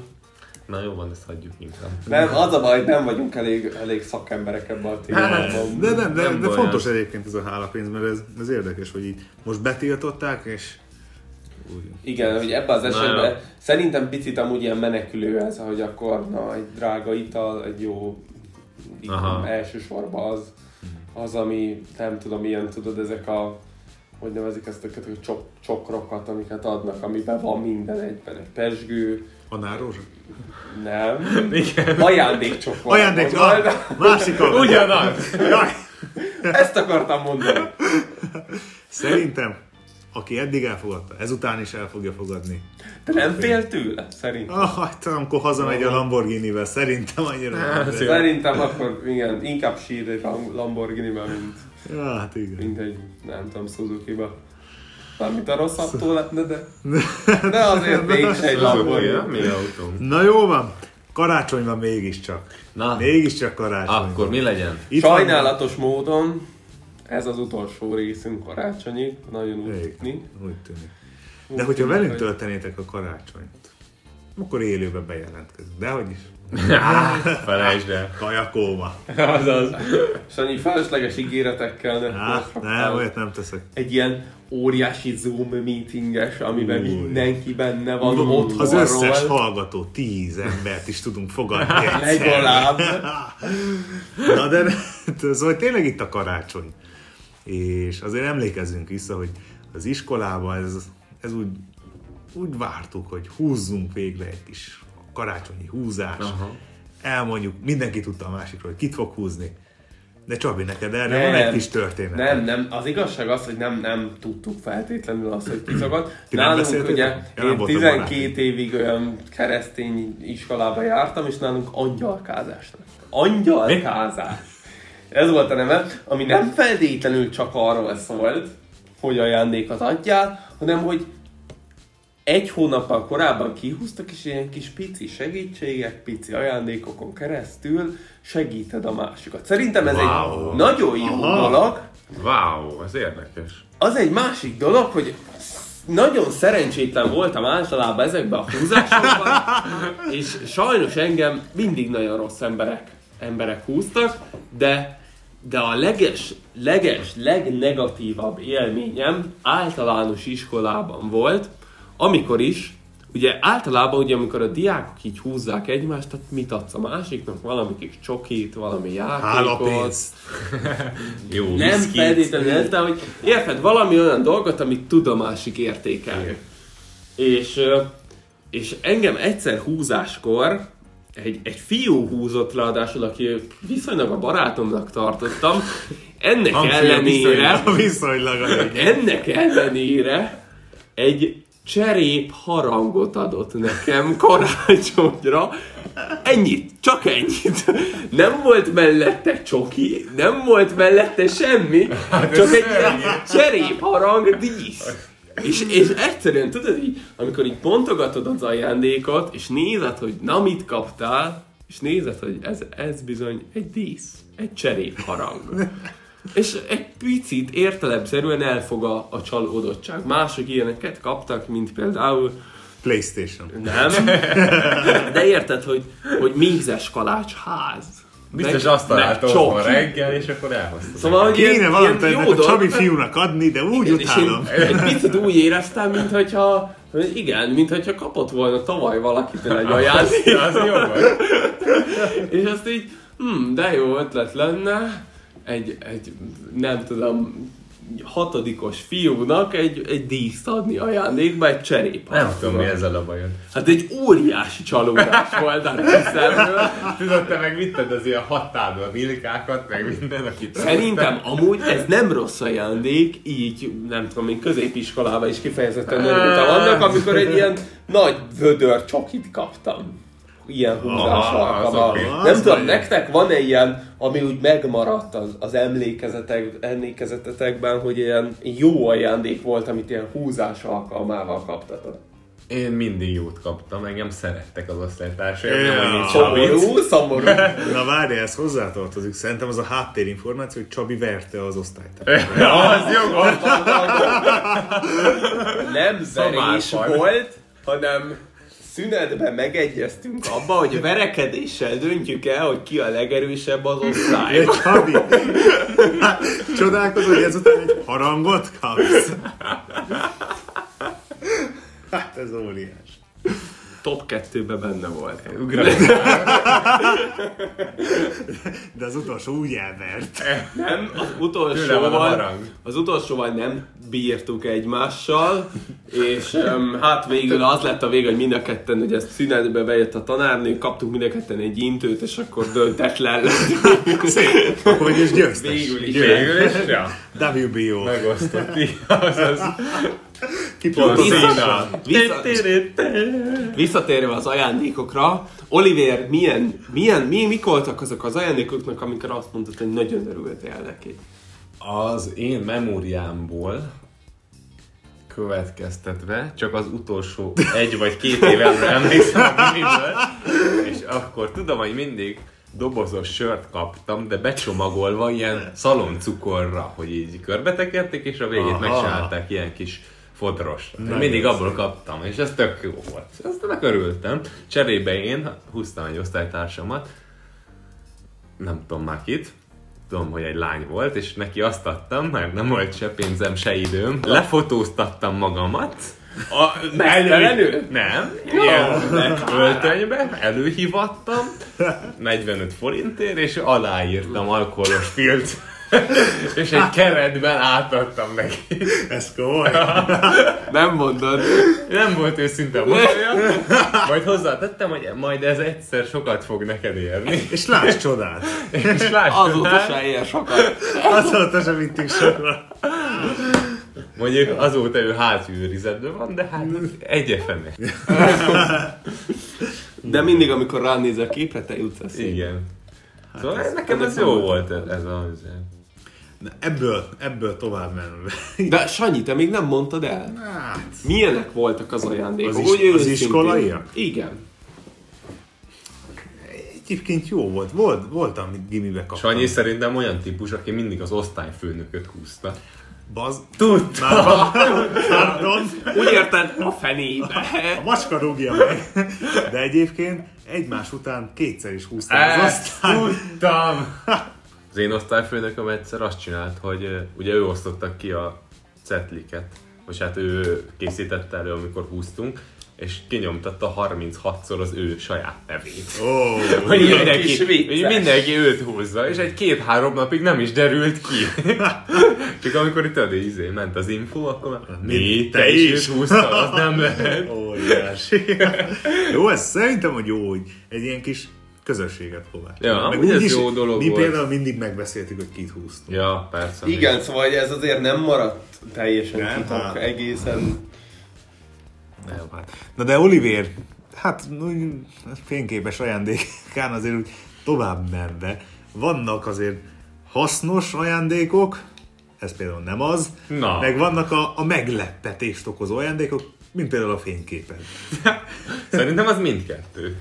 A: Na jó van, ezt hagyjuk inkább.
C: Nem, az a baj, hogy nem vagyunk elég, elég szakemberek ebben a
B: Hát,
C: témában.
B: de nem, de,
A: Nem
B: de
A: baj
B: fontos
A: az.
B: egyébként ez a hálapénz, mert ez, ez érdekes, hogy így most betiltották, és úgy.
C: Igen, hogy ebben az
A: Na
C: esetben
A: jó.
C: szerintem picit amúgy ilyen menekülő ez, hogy akkor na, egy drága ital, egy jó ital
A: Aha.
C: elsősorban az, az, ami nem tudom, ilyen tudod, ezek a hogy nevezik ezt ezeket a csok, csokrokat, amiket adnak, amiben van minden egyben. Egy pesgő,
B: Anál rózsa?
C: nem.
A: Igen. Ah.
C: Ajándékcsokor.
B: Ajándék,
C: Mondod?
B: a, másik a...
A: Ugyanaz!
B: Jaj,
C: Ezt akartam mondani.
B: Szerintem, aki eddig elfogadta, ezután is el fogja fogadni.
C: Te nem fél tőle, szerintem.
B: Ah, hát, amikor hazamegy a Lamborghini-vel, szerintem annyira nem.
A: Hát,
B: de-
A: jó.
C: Szerintem akkor igen, inkább sír egy Lam- Lamborghini-ben, mint,
B: Ja, Hát igen.
C: mint egy, nem tudom, Suzuki-ba. Mármint a rosszabbtól lenne, de, de azért mégis egy
A: Lamborghini,
C: Lamborghini.
A: mi autónk.
B: Na jó van, karácsony van mégiscsak.
A: Na,
B: Mégiscsak karácsony.
A: akkor mi legyen?
B: Itt van-
C: Sajnálatos módon ez az utolsó részünk karácsonyi, nagyon úgy
B: Rég.
C: tudni.
B: Úgy tűnik.
C: Úgy
B: De hogyha
C: tűnik,
B: velünk
C: hogy-
B: töltenétek a karácsonyt, akkor élőben bejelentkezünk. Dehogy is.
A: Felejtsd el.
B: Kajakóba.
A: Azaz.
C: Sanyi, felesleges ígéretekkel ne
B: Hát, nem, olyat nem teszek.
C: egy ilyen óriási Zoom meetinges, amiben
B: Új.
C: mindenki benne van otthonról.
B: Az összes hallgató, tíz embert is tudunk fogadni. egyszer.
C: Legalább.
B: Na de ne- szóval tényleg itt a karácsony. És azért emlékezzünk vissza, hogy az iskolában ez, ez úgy, úgy vártuk, hogy húzzunk végre egy kis karácsonyi húzás.
A: Aha.
B: Elmondjuk, mindenki tudta a másikról, hogy kit fog húzni. De Csabi, neked erre
C: Nem.
B: van egy kis történet.
C: Nem, nem. Az igazság az, hogy nem, nem tudtuk feltétlenül azt, hogy kizogat.
B: Ti nem
C: Nálunk
B: beszéltétek?
C: ugye,
B: Ja, nem
C: én
B: voltam
C: 12
B: barátom.
C: évig olyan keresztény iskolába jártam, és nálunk angyalkázásnak. Angyalkázás. Ez volt a neve, ami nem feltétlenül csak arról szólt, hogy ajándékot adjál, hanem hogy egy hónappal korábban kihúztak, és ilyen kis pici segítségek, pici ajándékokon keresztül segíted a másikat. Szerintem ez
B: Wow.
C: egy nagyon jó
B: Aha.
C: dolog,
A: Wow, ez érdekes.
C: az egy másik dolog, hogy sz- nagyon szerencsétlen voltam általában ezekben a húzásokban, és sajnos engem mindig nagyon rossz emberek, emberek húztak, de, de a leges, leges, legnegatívabb élményem általános iskolában volt, amikor is, ugye általában, ugye, amikor a diákok így húzzák egymást, tehát mit adsz a másiknak? Valami kis csokit, valami játékot,
B: Hálapénz.
A: Jó,
C: nem
A: viszkit.
C: feltétlenül ez, de hogy érted, valami olyan dolgot, amit tudomásig értékel. És, ö, és engem egyszer húzáskor egy, egy fiú húzott ráadásul, aki viszonylag a barátomnak tartottam, ennek
A: Hangsúly a
C: ellenére,
B: Viszonylag a lényeg.
C: ennek ellenére egy cserép harangot adott nekem karácsonyra. Ennyit, csak ennyit. Nem volt mellette csoki, nem volt mellette semmi, csak egy ilyen cserép harang dísz. És, és egyszerűen tudod így, amikor így pontogatod az ajándékot, és nézed, hogy na mit kaptál, és nézed, hogy ez, ez bizony egy dísz, egy cserép harang. És egy picit értelemszerűen elfog a, a csalódottság. Mások ilyeneket kaptak, mint például
B: Playstation.
C: nem, de érted, hogy, hogy mízes kalácsház.
A: Biztos
C: Meg-
A: azt találtam
C: meg csoki.
A: ma reggel, és akkor elhoztam.
C: Szóval, hogy
B: Kéne
C: ilyen,
B: valamit
C: ilyen
B: ennek
C: jó
B: a Csabi
C: dolgok,
B: fiúnak adni, de úgy
C: Igen, és
B: utálom.
C: én egy picit úgy éreztem, mintha igen, mintha kapott volna tavaly valakitől egy
A: De
C: ajándékot,
A: az jó volt.
C: és azt így, hm, de jó ötlet lenne egy, egy nem tudom, hatodikos fiúnak egy, egy díszt adni ajándékba, egy cserép.
A: Nem tudom, mi ezzel a bajod.
C: Hát egy óriási csalódás volt a részemről.
A: Tudod, te meg vitted az ilyen hattádba a milkákat, meg minden, akit...
C: Szerintem amúgy ez nem rossz ajándék, így nem tudom, én középiskolában is kifejezetten örültem annak, amikor egy ilyen nagy vödör csokit kaptam. Ilyen húzás
A: Aha, az
C: alkalommal.
A: oké.
C: Nem
B: Az
C: tudom,
B: nagyon.
C: nektek van-e ilyen, ami úgy megmaradt az, az emlékezetek, emlékezetetekben, hogy ilyen jó ajándék volt, amit ilyen húzás alkalmával kaptatok?
A: Én mindig jót kaptam, engem szerettek az osztálytársaim,
B: Ja.
A: nem annyit semmit.
C: Szomorú, szomorú.
B: Na várj, ez hozzátartozik. Szerintem az a háttérinformáció, hogy Csabi verte az osztálytársát.
A: Az jogos!
C: nem verés
A: Szamárfaj.
C: volt, hanem szünetben megegyeztünk abba, hogy verekedéssel döntjük el, hogy ki a legerősebb az osztály.
B: Egy Csabi. Hát, Csodálkozol, hogy ezután egy harangot kapsz. Hát ez óriás.
C: Top 2-ben benne volt.
A: Ugrani.
B: De az utolsó úgy elvert.
C: Nem, az
A: Tőle van a
C: utolsóval,
A: harang.
C: az utolsóval nem bírtuk egymással, és um, hát végül az lett a vége, hogy mind a ketten, hogy ezt szünetbe bejött a tanárnő, kaptunk mind a ketten egy intőt, és akkor döntetlen lett.
B: Szép. Akkor is győztes.
C: Végül is.
A: Végül is, ja.
B: WBO.
A: Megosztott ki, azaz.
B: Kipontozott.
A: Vissza.
C: Vissza- Visszatérve az ajándékokra, Oliver, milyen, milyen, mi, mik voltak azok az ajándékoknak, amikor azt mondtad, hogy nagyon örültél neki?
A: Az én memóriámból következtetve, csak az utolsó egy vagy két évemre emlékszem, hogy mi volt. és akkor tudom, hogy mindig dobozos sört kaptam, de becsomagolva ilyen szaloncukorra, hogy így körbetekerték, és a végét
B: Aha.
A: megcsinálták ilyen kis fodrosra.
B: Nagyon
A: mindig abból kaptam, és ez tök jó volt. Aztán örültem. Cserébe én húztam egy osztálytársamat, nem tudom már kit, tudom, hogy egy lány volt, és neki azt adtam, mert nem volt se pénzem, se időm, lefotóztattam magamat, a,
C: Mesztelenül?
A: Nem, ilyen öltönybe, előhívattam, 45 forintért, és aláírtam alkoholos filt, és egy keretben átadtam neki.
B: Ez komoly.
C: Nem mondod.
A: Nem volt őszinte a mosolya, majd hozzátettem, hogy majd ez egyszer sokat fog neked érni.
B: És láss csodát.
A: És lássad,
C: Azóta
A: hát,
C: se ilyen sokat.
B: Azóta sem vittük sokra.
A: Mondjuk azóta ő hátűrizetben van, de hát egy E. fene.
C: De mindig, amikor ránézel képre, te jutsz eszébe.
A: Igen. Szóval ez, nekem
C: Hát ez
A: ez
C: nem
A: jó
C: volt.
A: volt ez- ez a... ez a-
B: Na, ebből, ebből tovább menve.
C: De Sanyi, te még nem mondtad el.
B: Hát,
C: Milyenek voltak az ajándékok?
B: Az is-
C: Úgy
B: az
C: őszintén.
B: iskolaiak?
C: Igen.
B: egyébként jó volt. Volt, volt amit gimibe kaptam.
A: Sanyi szerintem olyan típus, aki mindig az osztályfőnököt húzta.
B: Baz...
A: Tudtam!
B: Már van. Pardon.
C: Úgy érted, a fenébe.
B: A macska rúgja meg. De egyébként egymás után kétszer is húztam az
A: Ezt
B: osztályt.
A: tudtam! Az én osztályfőnököm egyszer azt csinált, hogy ö, ugye ő osztotta ki a cetliket, vagy hát ő készítette elő, amikor húztunk, és kinyomtatta 36-szor az ő saját nevét.
B: Ó,
A: Hogy
C: Ilyen
A: mindenki,
C: kis vicces.
A: hogy mindenki őt húzza, és egy két-három napig nem is derült ki. Csak amikor itt tudod, izé, ment az info, akkor már, mi, te is őt húztad, az nem lehet.
B: óriási. Jó, ez szerintem, hogy jó, hogy egy ilyen kis közösséget kovács.
A: Ja, amúgy ez jó dolog
B: Mi
A: volt.
B: például mindig megbeszéltük, hogy kit húztunk.
A: Ja, persze.
C: Igen, szóval hogy ez azért nem maradt teljesen
B: Nem, hát.
C: kitok egészen.
B: Nem, hát. Na de Oliver, hát úgy fényképes ajándékán azért úgy tovább menve. Vannak azért hasznos ajándékok, ez például nem az,
A: Na.
B: meg vannak a, a meglepetést okozó ajándékok, mint például a fényképed.
A: Szerintem az mindkettő.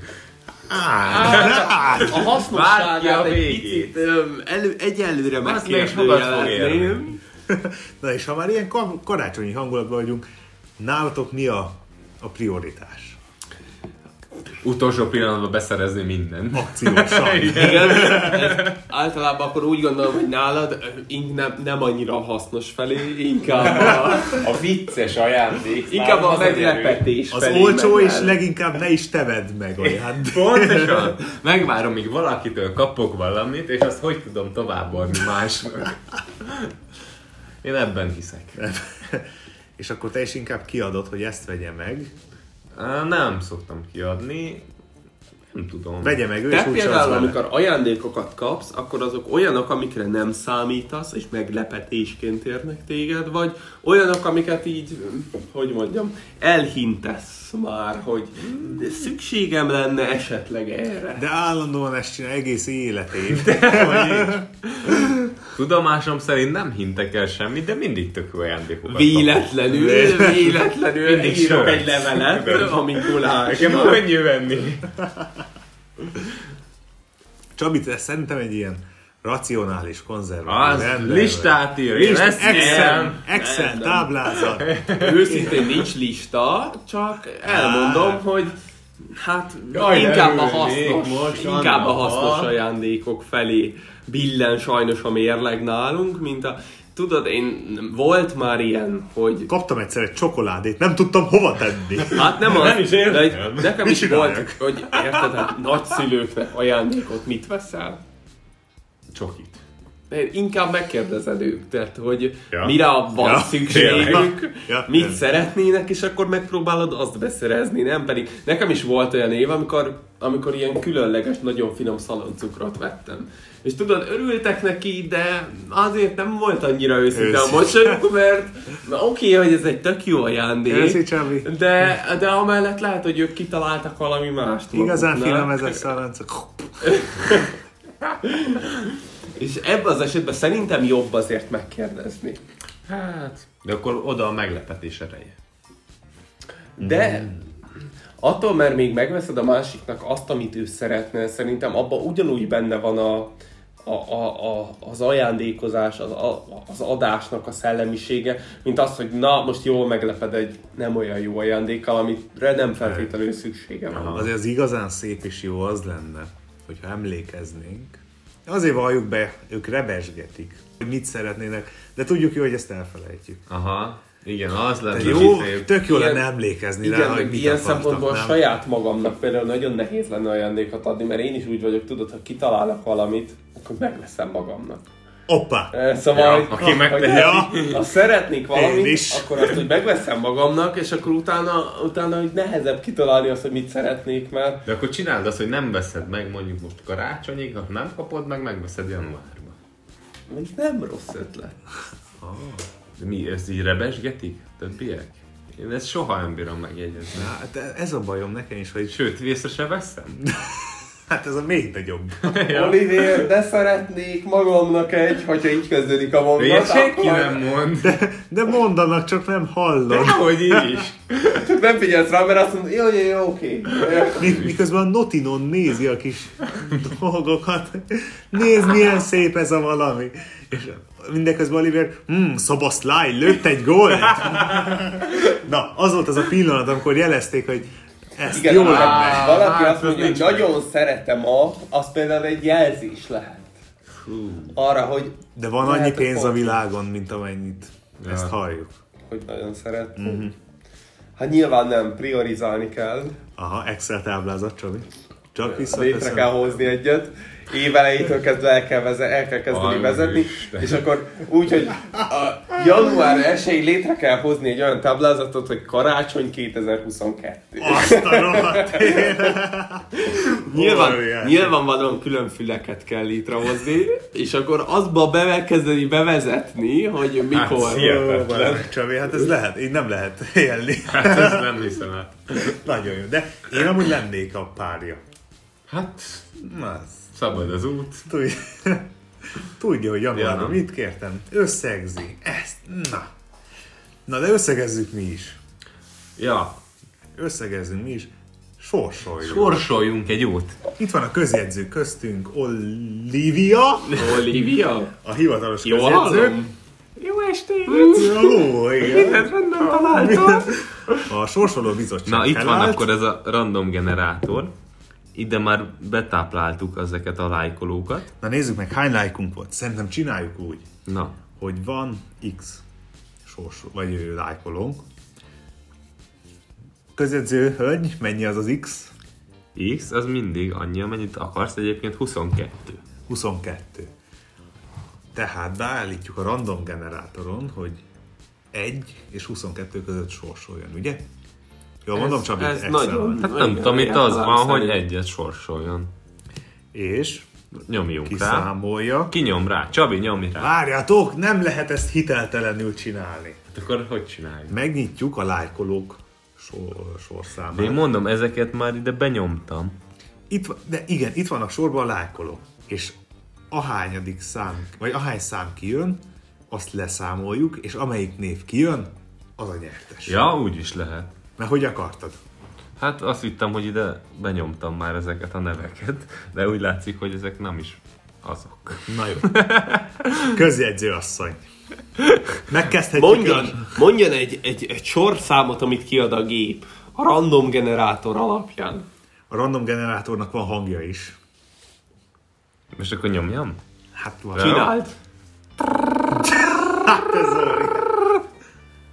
B: Á,
C: A hasznosságát
A: Várja a
C: egy
A: végét.
C: picit öm, elő, egyelőre
A: Azt meg is fogad fog
C: megkérdőjelezném.
A: érni.
B: Na és ha már ilyen ka- karácsonyi hangulatban vagyunk, nálatok mi a, a prioritás?
A: Utolsó pillanatban beszerezni mindent.
B: Akciósan.
C: Igen, ez általában akkor úgy gondolom, hogy nálad ö, ink nem, nem annyira a hasznos felé, inkább a,
A: A vicces ajándék.
C: inkább a meglepetés
B: Az
C: felé
B: olcsó
C: megy
B: és
C: el.
B: leginkább ne is teved meg ajándék.
A: Pontosan. Megvárom, míg valakitől kapok valamit, és azt hogy tudom továbbadni másnak. Én ebben hiszek.
B: És akkor te is inkább kiadod, hogy ezt vegye meg.
A: Á, Nem szoktam kiadni. Nem tudom.
B: Vegye meg ő, és
C: Te
B: úgy sem
C: például,
B: az vele.
C: amikor ajándékokat kapsz, akkor azok olyanok, amikre nem számítasz, és meglepetésként érnek téged, vagy olyanok, amiket így, hogy mondjam, elhintesz már, hogy szükségem lenne esetleg erre.
B: De állandóan ezt csinál egész életét. De.
A: Tudomásom szerint nem hintek el semmit, de mindig tök jó ajándékokat kapok.
C: Véletlenül, véletlenül
A: Mindig
C: írok
A: sörc.
C: egy levelet a
A: Nekem
C: Mikulásnak.
A: könnyű venni.
B: Csabi, te szerintem egy ilyen racionális konzervatív
A: Az
B: ember vagy.
A: listát ír, én
B: List,
A: ezt
B: Excel,
A: nem.
B: Excel
C: Nem.
B: táblázat.
C: Őszintén nincs lista, csak elmondom, hogy hát
A: Jaj, de
C: inkább a
A: örülnék
C: hasznos,
A: most,
C: inkább a
A: Anna.
C: hasznos ajándékok felé billen sajnos a mérleg nálunk, mint a Tudod, én volt már ilyen, hogy
B: Kaptam egyszer egy csokoládét, nem tudtam hova tenni.
C: Hát nem az,
A: Nem is értem.
C: de egy- nekem
B: Mit
C: is volt,
B: csináljak?
C: hogy érted, hát nagyszülőknek ajándékot mit veszel?
A: Csokit.
C: De inkább megkérdezed őket, hogy ja.
A: Ja.
C: mire van ja.
B: Ja,
C: szükségük,
B: tényleg.
C: ja.
B: Ja,
C: mit
B: nem.
C: szeretnének, és akkor megpróbálod azt beszerezni, nem pedig. Nekem is volt olyan év, amikor, amikor ilyen különleges, nagyon finom szaloncukrot vettem. És tudod, örültek neki, de azért nem volt annyira őszinte a
B: Őszinte.
C: mosolyuk, mert na, oké, okay, hogy ez egy tök jó ajándék,
B: Köszi, Csabi.
C: de, de amellett lehet, hogy ők kitaláltak valami mást.
B: Igazán
C: maguknak.
B: finom ez a szaranc.
C: És ebben az esetben szerintem jobb azért megkérdezni.
A: Hát, de akkor oda a meglepetés ereje.
C: De attól, mert még megveszed a másiknak azt, amit ő szeretne, szerintem abban ugyanúgy benne van a, a, a, a, az ajándékozás, az, a, az adásnak a szellemisége, mint az, hogy na, most jól megleped egy nem olyan jó ajándékkal, amire nem feltétlenül szüksége van.
B: Azért az igazán szép és jó az lenne, hogyha emlékeznénk. Azért valljuk be, ők rebesgetik, hogy mit szeretnének, de tudjuk jó, hogy ezt elfelejtjük.
A: Aha. Igen, az izé.
B: De
A: lenne
B: jó,
A: szép.
B: tök jó
C: Ilyen-
B: lenne emlékezni
C: Igen,
B: rá,
C: meg
B: hogy mit
C: ilyen
B: akartak,
C: szempontból
B: nem?
C: saját magamnak például nagyon nehéz lenne ajándékot adni, mert én is úgy vagyok, tudod, ha kitalálok valamit, akkor megveszem magamnak.
B: Oppá!
C: Eh, Szóval,
A: Ja,
C: hogy-
A: aki megteheti.
C: hogy- ha szeretnék valamit,
B: Én is.
C: akkor azt úgy megveszem magamnak, és akkor utána, utána úgy nehezebb kitalálni azt, hogy mit szeretnék, mert
A: De akkor csináld azt, hogy nem veszed meg mondjuk most karácsonyig, ha nem kapod meg, megveszed januárban.
C: mondjuk nem rossz ötlet.
A: De mi, ezt így rebesgetik? Többiek? Én ezt soha nem bírom megjegyezni.
B: Hát ez a bajom nekem is, hogy
A: Sőt, észre se veszem.
B: hát ez a még nagyobb.
C: Oliver, de szeretnék magamnak egy, hogyha így kezdődik a
A: De
C: mondat,
A: ilyet senki
C: akkor-
A: nem mond. De
B: De mondanak, csak nem hallom.
A: hogy így is.
C: Csak nem figyelsz rá, mert azt mondod, jó, jó, jó, oké.
B: Mi- Miközben a Notinon nézi a kis dolgokat. Nézd, milyen szép ez a valami. És mindeközben Oliver, hmm, Szoboszláj, lőtt egy gólt. Na, az volt az a pillanat, amikor jelezték, hogy ezt
C: Igen,
B: jó
C: ha
B: lenne.
A: hát,
C: valaki
A: hát,
C: azt
A: ez
C: mondja, hogy
A: nincs
C: nagyon szeretem a, az például egy jelzés lehet. Arra, hogy,
B: De van
C: Lehet,
B: annyi
C: hogy
B: pénz a
C: pont.
B: világon, mint amennyit. Ezt
A: Ja.
B: halljuk.
C: hogy nagyon szeretem.
A: Mhm.
C: Mm-hmm. Hát nyilván nem, priorizálni kell.
B: Aha, Excel táblázat, Csabi. Csak
C: Szóval Létre kell
B: visszateszem.
C: hozni egyet. Évelejétől kezdve el kell, veze- el kell kezdeni
A: Aj,
C: vezetni,
A: Isten.
C: és akkor úgy, hogy a január 1 létre kell hozni egy olyan táblázatot, hogy karácsony 2022.
B: Azt a rohadt
C: Nyilván,
B: Óriási.
C: nyilvánvalóan külön füleket kell létrehozni, és akkor azba be kezdeni bevezetni, hogy mikor.
A: Hát, szia.
B: Hihetetlen. Csabi, hát ez lehet, így nem lehet élni.
A: Hát ezt nem hiszem el.
B: Nagyon jó, de én amúgy lennék a párja.
A: Hát,
B: Na, ez
A: szabad az út.
B: tudja, tudja hogy
A: Ja,
B: januárban
A: nem.
B: mit kértem. Összegzi ezt, na. Na, de összegezzük mi is.
A: Ja,
B: Összegezzünk mi is. Sorsoljunk.
A: Sorsoljunk egy út.
B: Itt van a közjegyző köztünk, Olivia,
C: Olivia?
B: a hivatalos
C: Jó
B: közjegyző.
C: hallom?
A: Jó estét!
B: Jó, igen.
C: rendben találtam.
B: A sorsoló bizottság
A: Na, itt van
B: felállt.
A: akkor ez a random generátor. Ide már betápláltuk ezeket a lájkolókat.
B: Na nézzük meg, hány lájkunk volt. Szerintem csináljuk úgy,
A: Na,
B: hogy van X sors, vagy ő lájkolónk. Közjegyző hölgy, mennyi az az X?
A: X az mindig annyi, amennyit akarsz, egyébként 22.
B: 22. Tehát beállítjuk a random generátoron, hogy 1 és 22 között sorsoljon, ugye? Jól mondom, Csabi,
C: ez
B: Excel
C: nagyon-
B: vagy.
A: Hát
C: Igen,
A: nem tudom, itt
C: igen,
A: az van,
C: szerint.
A: hogy egyet sorsoljon.
B: És
A: Nyomjunk rá.
B: kiszámolja.
A: Kinyom rá. Csabi, nyomj rá.
B: Várjátok, nem lehet ezt hiteltelenül csinálni.
A: Hát akkor hogy csináljuk?
B: Megnyitjuk a lájkolók sor, sorszámát.
A: De én mondom, ezeket már ide benyomtam.
B: Itt, va- de igen, itt vannak sorban a lájkolók, és ahányadik szám, vagy ahány szám kijön, azt leszámoljuk, és amelyik név kijön, az a nyertes.
A: Ja, úgy is lehet.
B: Mert hogy akartad?
A: Hát azt hittem, hogy ide benyomtam már ezeket a neveket, de úgy látszik, hogy ezek nem is azok.
B: Na jó. Közjegyző asszony. Megkezdhetjük.
C: Mondjon,
B: el-
C: mondjon egy, egy, egy sorszámot, amit kiad a gép. A random generátor alapján.
B: A random generátornak van hangja is.
A: Most akkor nyomjam?
B: Hát van.
A: Ja.
C: Csináld.
B: Hát ez olyan.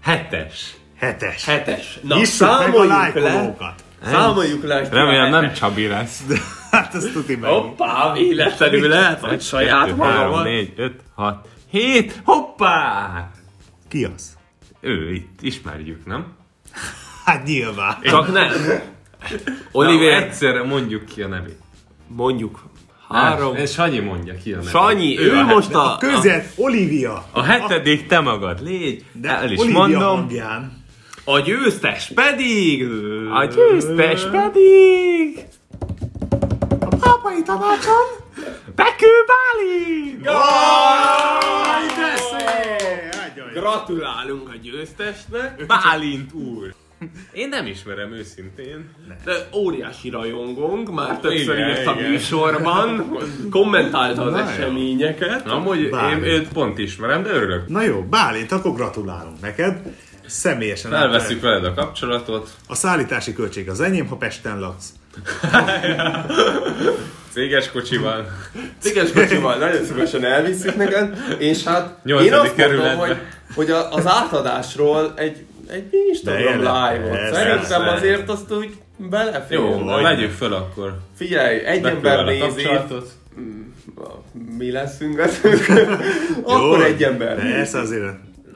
A: Hetes!
B: Hetes.
C: Hetes. Na,
B: Nyissuk meg a
C: számoljuk le. Hát.
B: lájkolókat.
C: Számoljuk le. hogy ki a
A: Remélem nem
C: hetes.
A: Csabi lesz.
B: Hát ezt tudni meg.
C: Hoppá, véletlenül lehet, hogy saját
A: 3,
C: magamat.
A: 4, 5, 6, 7, hoppá!
B: Ki az?
A: Ő itt, ismerjük, nem?
B: Hát nyilván.
C: Csak nem.
A: Oliver,
C: Oliver,
A: egyszerre mondjuk ki a nevét.
C: mondjuk három.
A: És Sanyi mondja ki a nevét.
C: Sanyi, ő,
A: a het-
C: most a...
B: Közjegyző, Olivia.
A: A hetedik te magad, légy,
B: De
A: el is
B: Olivia
A: mondom.
B: hangján.
C: A győztes pedig...
A: A győztes pedig...
B: A pápai tanácson.
A: Bekő Bálint!
B: Jaj, de szép! Nagyon jó.
C: Gratulálunk a győztesnek.
A: Bálint úr! Én nem ismerem őszintén.
C: De óriási rajongónk, már többször
A: Igen,
C: írt a
A: igen.
C: műsorban, kommentálta az
B: Na jó.
C: eseményeket.
A: Amúgy én
B: Bálint.
A: őt pont ismerem, de örülök.
B: Na jó, Bálint, akkor gratulálunk neked. Személyesen
A: Felveszük veled a kapcsolatot,
B: A szállítási költség az enyém, ha Pesten laksz.
A: céges kocsival.
C: Ciges kocsival nagyon szívesen elviszük neked, és hát én
A: Nyolcadik
C: azt mondom,
A: kerületbe.
C: hogy, hogy a, az átadásról egy, egy Instagram
B: De jelen-
C: live-ot.
B: persze,
C: Szerintem
A: persze.
C: azért azt úgy belefér.
A: Jó,
B: vagy.
A: vegyük föl akkor.
C: Figyelj, egy ember
A: Bekülön a
C: nézi,
A: kapcsolatot.
C: mi leszünk veszünk, akkor egy ember nézi.
B: Persze azért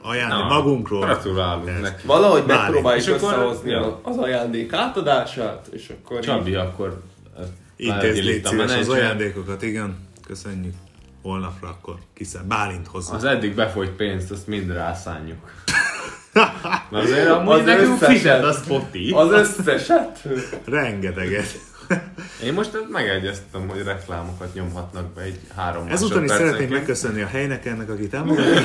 B: ajánlani
A: Na,
B: magunkról.
A: Gratulálunk
B: Persze.
A: neki.
C: Valahogy
B: Bálint.
C: megpróbáljuk
A: És akkor-
C: összehozni
A: Ja.
C: az ajándék átadását, és akkor így-
A: Csabi, akkor eh,
B: Intézd légy szíves az ajándékokat, igen. Köszönjük. Holnapra akkor kiszen Bálint hozzá.
A: Az eddig befolyt pénzt, azt mind rászánjuk. Na azért amúgy
C: Az
A: nekünk
C: összeset.
A: fizet a Spotify.
C: Az összeset?
B: Rengeteget.
A: Én most megegyeztem, hogy reklámokat nyomhatnak be egy három
B: Ezúton is
A: másodpercenként.
B: szeretnék megköszönni a helynek ennek, aki támogatott.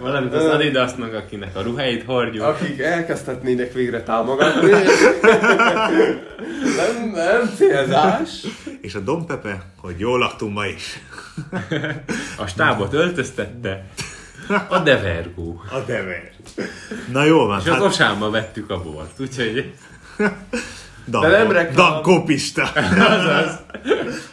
A: Valamint az Adidasnak, akinek a ruháit hordjuk.
C: Akik elkezdhetnének végre támogatni. nem, nem célzás.
B: És a Dom Pepe, hogy jól laktunk ma is.
A: A stábot öltöztette. A devergó.
B: A dever. Na jól van. hát
A: És az osámba vettük a bort, úgyhogy
B: Dan,
C: De nem reklám.
B: Dan Kopista.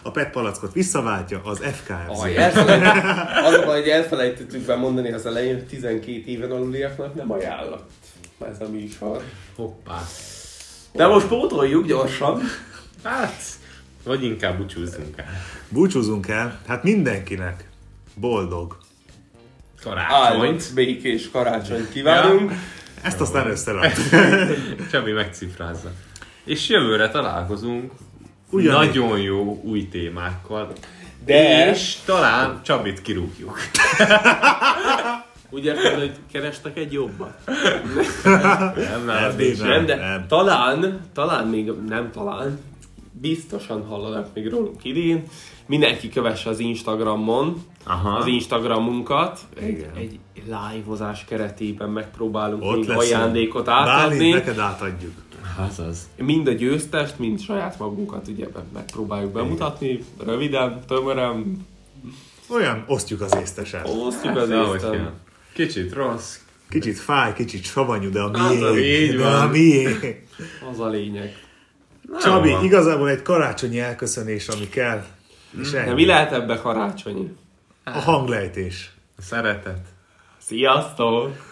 B: A PET palackot visszaváltja az FKFZ.
C: Elfelejtettük- Az a baj, hogy elfelejtettük be mondani az elején, hogy 12 éven aluliaknak nem ajánlott ez a műsor.
A: hoppá.
C: De most pótoljuk gyorsan.
A: Hát, vagy inkább búcsúzzunk el.
B: Búcsúzunk el, hát mindenkinek boldog.
A: Karácsonyt.
C: Áldott, békés karácsonyt kívánunk.
B: Ezt aztán összeraktuk.
A: Csabi megcifrázza. És jövőre találkozunk
B: Ugyanígy.
A: nagyon jó új témákkal.
C: De-
A: És talán Csabit kirúgjuk.
C: Úgy érted, hogy kerestek egy jobbat?
A: Nem, nem,
B: Ez
A: nincs.
B: így van.
C: Nem, de
B: nem.
C: talán, talán még nem talán, biztosan hallanak még rólunk idén. Mindenki kövesse az Instagramon,
A: Aha.
C: az Instagramunkat. Egy,
B: Igen.
C: egy live-ozás keretében megpróbálunk
B: Ott
C: még
B: lesz.
C: ajándékot átadni.
B: Bálint, neked átadjuk.
A: Azaz.
C: mind a győztest, mind saját magunkat ugye be- megpróbáljuk bemutatni, röviden, tömören,
B: Olyan osztjuk az észtesen.
C: osztjuk az
A: Ez Hát, ahogy kell.
C: észtem.
A: Kicsit rossz,
B: Kicsit fáj, kicsit savanyú, de a
A: Az
B: miénk.
A: az, így
B: de
A: van.
B: a miénk.
C: Az a lényeg.
A: Na,
B: Csabi,
A: jó van.
B: igazából egy karácsonyi elköszönés, ami kell.
A: Mm.
B: És
C: De
B: ennyi.
C: mi lehet ebbe karácsonyi?
B: A hanglejtés.
A: Szeretet.
C: Sziasztok!